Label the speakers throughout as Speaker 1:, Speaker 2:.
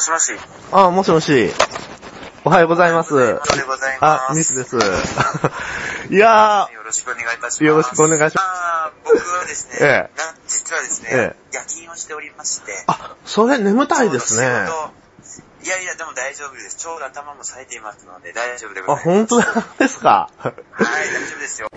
Speaker 1: しもし。
Speaker 2: あ、もしもし。おはようございます。
Speaker 1: おはようございます
Speaker 2: あ、ミスです。 いや
Speaker 1: よろしくお願いいたします。
Speaker 2: よろしくお願いします
Speaker 1: あー僕はですね、
Speaker 2: え
Speaker 1: な実はですね、
Speaker 2: え
Speaker 1: 夜勤をしておりまして、
Speaker 2: ー、あ、それ眠たいですね。
Speaker 1: ちょうどいやいや、でも大丈夫です。ちょうど頭も冴えていますので大丈夫でござい
Speaker 2: あ、
Speaker 1: ます。
Speaker 2: 本当ですか。
Speaker 1: はい、大丈夫ですよ。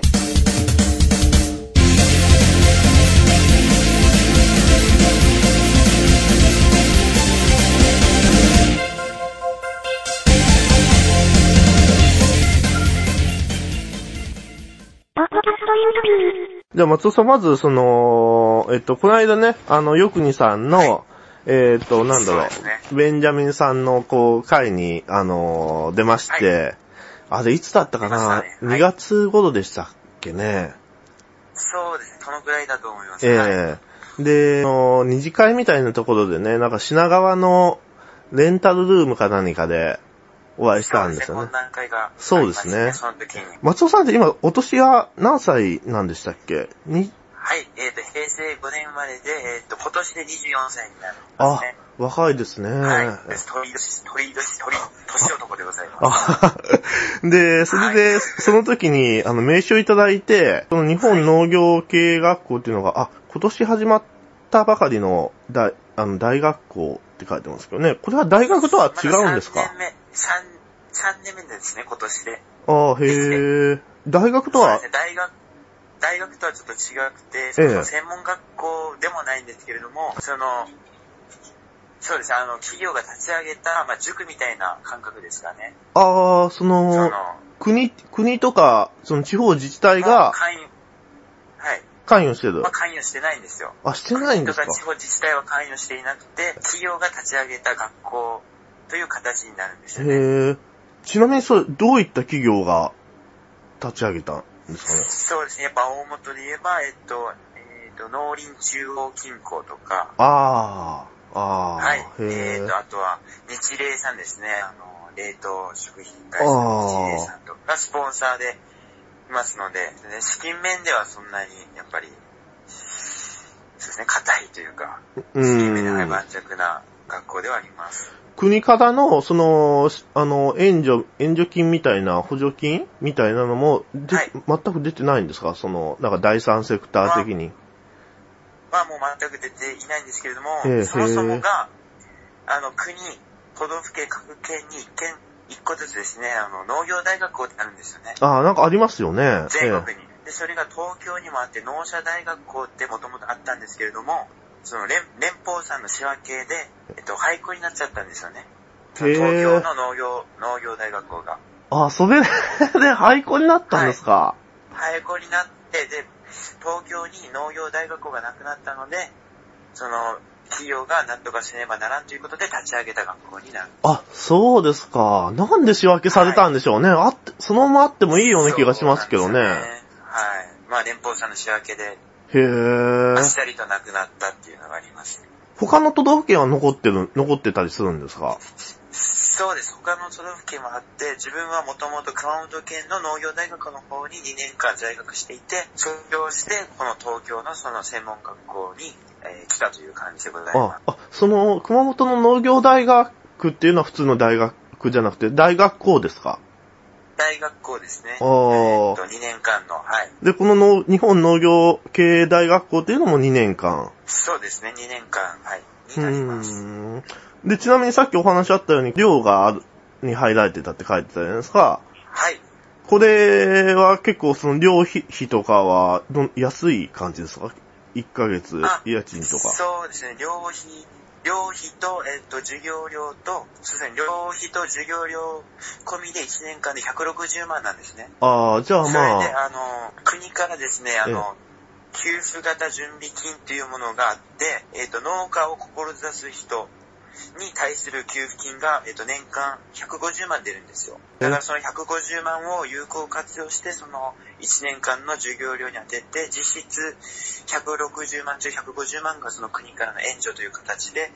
Speaker 2: じゃあ、松尾さん、まず、その、えっと、この間ね、あの、よくにさんの、えっと、なんだろ
Speaker 1: そう
Speaker 2: う
Speaker 1: ですね
Speaker 2: ベンジャミンさんの、こう、会に、あのー出まして、あれ、いつだったか
Speaker 1: 出ま
Speaker 2: な、
Speaker 1: したねはい
Speaker 2: 2月頃でしたっけね。
Speaker 1: そうですね、そのくらいだと思います。はい
Speaker 2: ええで、あの二次会みたいなところでね、なんか品川のレンタルルームか何かでお会いしたんですよ
Speaker 1: そう
Speaker 2: ね
Speaker 1: 懇。談会がありまし
Speaker 2: そ
Speaker 1: たね。
Speaker 2: うですね
Speaker 1: その時に。
Speaker 2: 松尾さんって今、お年は何歳なんでしたっけに、
Speaker 1: はい、えっ、と、平成5年生まれで、えっ、と、今年で24歳になるんです
Speaker 2: あ
Speaker 1: ね。、
Speaker 2: 若いですね。
Speaker 1: はい。です。鳥年、鳥年、鳥、年男でございます。
Speaker 2: あ で、それで、その時に、あの、名刺をいただいて、その日本農業系学校っていうのが、あ、今年始まったばかりの大、あの、大学校って書いてますけどね、これは大学とは違うんですか、
Speaker 1: まだ3年目、三三年目ですね、今年で。
Speaker 2: ああ、へえ。大学と
Speaker 1: そうで
Speaker 2: は
Speaker 1: すね、大学、大学とはちょっと違くて、そ
Speaker 2: ええ
Speaker 1: の専門学校でもないんですけれども、その、そうですね、あの、企業が立ち上げた、まあ、塾みたいな感覚でしたね。
Speaker 2: ああ、そ
Speaker 1: その
Speaker 2: の、、国、国とか、その地方自治体
Speaker 1: まあ
Speaker 2: が
Speaker 1: 関与、はい。
Speaker 2: 関与してる
Speaker 1: まあ、。関与してないんですよ。
Speaker 2: あ、してないんですか
Speaker 1: 国とか地方自治体は関与していなくて、企業が立ち上げた学校という形になるんですよね。
Speaker 2: へえ。ちなみにそれ、どういった企業が立ち上げたんです
Speaker 1: そうですね、やっぱ大元で言えば、えっと、えっと、農林中央金庫とか、
Speaker 2: かねああ、ああ、
Speaker 1: はい、え
Speaker 2: へ
Speaker 1: っ
Speaker 2: え
Speaker 1: と、。あとは、日霊さんですね、あの、冷凍食品会社の日霊さんとか、スポンサーでいますので、ね、資金面ではそんなに、やっぱり、そうですね、硬いというか、資金面では
Speaker 2: うん。
Speaker 1: 盤石な学校ではあります。
Speaker 2: 国からの、その、あの、援助、援助金みたいな、補助金みたいなのも、で
Speaker 1: はい
Speaker 2: 全く出てないんですかその、なんか第三セクター的に。
Speaker 1: まあもう全く出ていないんですけれども、
Speaker 2: ええ
Speaker 1: そもそもが、あの国、都道府県、各県に一県、一個ずつですね、あの農業大学校ってあるんですよね。
Speaker 2: ああ、なんかありますよね。
Speaker 1: 全
Speaker 2: ええ
Speaker 1: 国に。で、それが東京にもあって、農社大学校ってもともとあったんですけれども、その連連邦さんの仕分けで、えっと、廃校になっちゃったんですよね。その東京の農業、農業大学校が。
Speaker 2: あ、それで廃校になったんですか、
Speaker 1: 廃校になって、で、東京に農業大学校がなくなったので、その、企業が何とかせねばならんということで立ち上げた学校になる。
Speaker 2: あ、そうですか。なんで仕分けされたんでしょうね。あって、そのままあってもいいような気がしますけどね。
Speaker 1: そうなんですよねはい。まあ連邦さんの仕分けで、
Speaker 2: へ
Speaker 1: あっ
Speaker 2: ぇ
Speaker 1: さりとなくなったっていうのがあります。
Speaker 2: 他の都道府県は残ってる、残ってたりするんですか
Speaker 1: そうです。他の都道府県もあって、自分はもともと熊本県の農業大学の方に2年間在学していて、卒業して、この東京のその専門学校に、えー来たという感じでございます
Speaker 2: あ。、あ、その、熊本の農業大学っていうのは普通の大学じゃなくて、大学校ですか
Speaker 1: 大学校ですね。
Speaker 2: あ
Speaker 1: えっと、
Speaker 2: ー。
Speaker 1: 2年間の、はい。
Speaker 2: で、このの日本農業系大学校っていうのも2年間。
Speaker 1: そうですね、2年間、はい、に
Speaker 2: う
Speaker 1: なります。
Speaker 2: ーん。で、ちなみにさっきお話あったように、寮がある、に入られてたって書いてたじゃないですか。
Speaker 1: はい。
Speaker 2: これは結構その料費費とかはどん、安い感じですか ?1 ヶ月
Speaker 1: あ
Speaker 2: 家賃とか。
Speaker 1: そうですね、寮費、寮費と、えっと、授業料と、そうですね、寮費と授業料込みで1年間で160万なんですね。
Speaker 2: ああ、じゃあ
Speaker 1: それ
Speaker 2: ま
Speaker 1: で、
Speaker 2: あ、
Speaker 1: あの、国からですね、あの、給付型準備金というものがあって、えっ、と、農家を志す人に対する給付金が、えっ、と、年間150万出るんですよ。だからその150万を有効活用して、その1年間の授業料に当てて、実質160万中150万がその国からの援助という形で、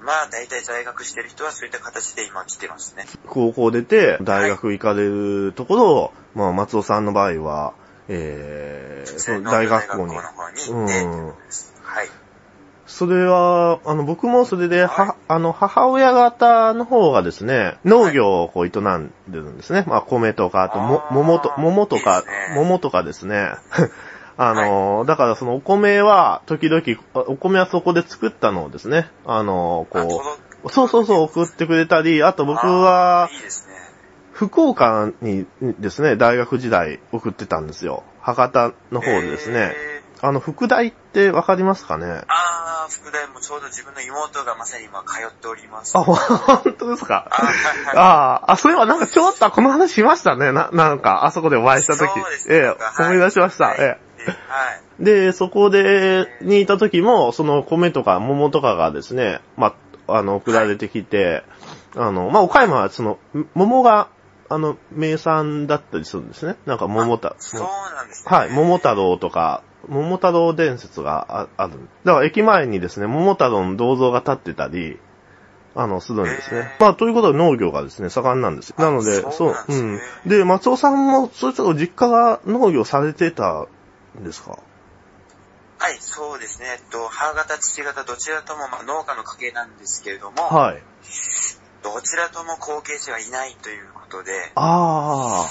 Speaker 1: まあ、大体在学してる人はそういった形で今来てますね。
Speaker 2: 高校出て大学行かれるところを、まあ、松尾さんの場合は、えー、その大学校に
Speaker 1: の。方に行って、
Speaker 2: うん
Speaker 1: はい。
Speaker 2: それは、あの、僕もそれで、は、あの、母親方の方がですね、農業をこう営んでるんですね。まあ、米とか、あとも
Speaker 1: あ、ー
Speaker 2: 桃と、桃と
Speaker 1: いい
Speaker 2: か
Speaker 1: です、ね
Speaker 2: 桃とかですね。 あの、だからそのお米は、時々、お米はそこで作ったのをですね、あの、
Speaker 1: あ
Speaker 2: こ
Speaker 1: 届く
Speaker 2: う、そうそうそう送ってくれたり、あと僕は
Speaker 1: あー、いいですね。
Speaker 2: 福岡にですね、大学時代送ってたんですよ。博多の方でですね。
Speaker 1: えー
Speaker 2: あの、副大ってわかりますかね
Speaker 1: ああ、副大もちょうど自分の妹がまさに今通っております。
Speaker 2: あ、 本当ですか
Speaker 1: あはいはい
Speaker 2: ああ、あ、そういえばなんかちょっとこの話しましたね。な、なんか、あそこでお会いした時。
Speaker 1: そうですね
Speaker 2: え
Speaker 1: なんか
Speaker 2: え、
Speaker 1: はい
Speaker 2: 思い出しました。
Speaker 1: はい
Speaker 2: え
Speaker 1: ではい。
Speaker 2: え。で、そこで、にいた時も、その米とか桃とかがですね、まあ、あの、送られてきて、あの、まあ、岡山はその、桃が、あの、名産だったりするんですね。なんか桃た、
Speaker 1: そうなんですね。
Speaker 2: はい、桃太郎とか、桃太郎伝説があある。だから駅前にですね、桃太郎の銅像が立ってたり、あの、するんです
Speaker 1: へ。
Speaker 2: ね
Speaker 1: ー
Speaker 2: まあ、ということで農業がですね、盛んなんです。
Speaker 1: あ
Speaker 2: なので、
Speaker 1: そう
Speaker 2: う
Speaker 1: なんですね
Speaker 2: うん。で、松尾さんも、それちょっと実家が農業されてたんですか
Speaker 1: はい、そうですね。えっと、母方、父方、どちらとも、まあ、農家の家系なんですけれども、
Speaker 2: はい。
Speaker 1: どちらとも後継者はいないということで、
Speaker 2: あ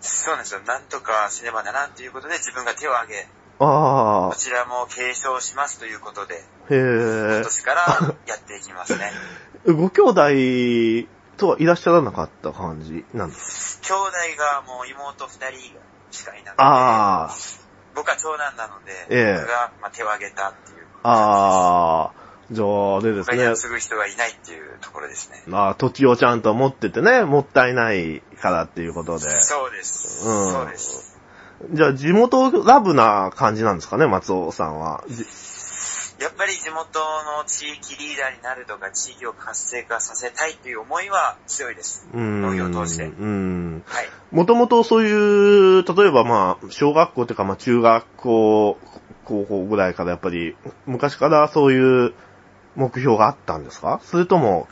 Speaker 1: そうなんですよ。なんとかすればならんということで、自分が手を挙げ、
Speaker 2: あ、あ
Speaker 1: こ
Speaker 2: あ、
Speaker 1: ちらも継承しますということで、
Speaker 2: へ
Speaker 1: 今年からやっていきます ね。
Speaker 2: え。ご兄弟とはいらっしゃらなかった感じなんです
Speaker 1: 兄弟がもう妹二人しかいなくて、
Speaker 2: ああ、
Speaker 1: 僕は長男なので、
Speaker 2: ええ
Speaker 1: 僕が、まあ、手を挙げたっていう。
Speaker 2: ああ、じゃあ、でです
Speaker 1: 他
Speaker 2: ね。
Speaker 1: には継ぐ人がいないっていうところですね。
Speaker 2: まあ、土地をちゃんと持っててね、もったいないからっていうことで。
Speaker 1: そうです。
Speaker 2: うん
Speaker 1: そうです。
Speaker 2: じゃあ、地元ラブな感じなんですかね、松尾さんは。じ
Speaker 1: やっぱり地元の地域リーダーになるとか、地域を活性化させたいっていう思いは強いです。
Speaker 2: うーん。
Speaker 1: 農業を通して
Speaker 2: うん。
Speaker 1: はい。
Speaker 2: もともとそういう、例えばまあ、小学校とかまあ、中学校、高校ぐらいからやっぱり、昔からそういう目標があったんですかそれとも、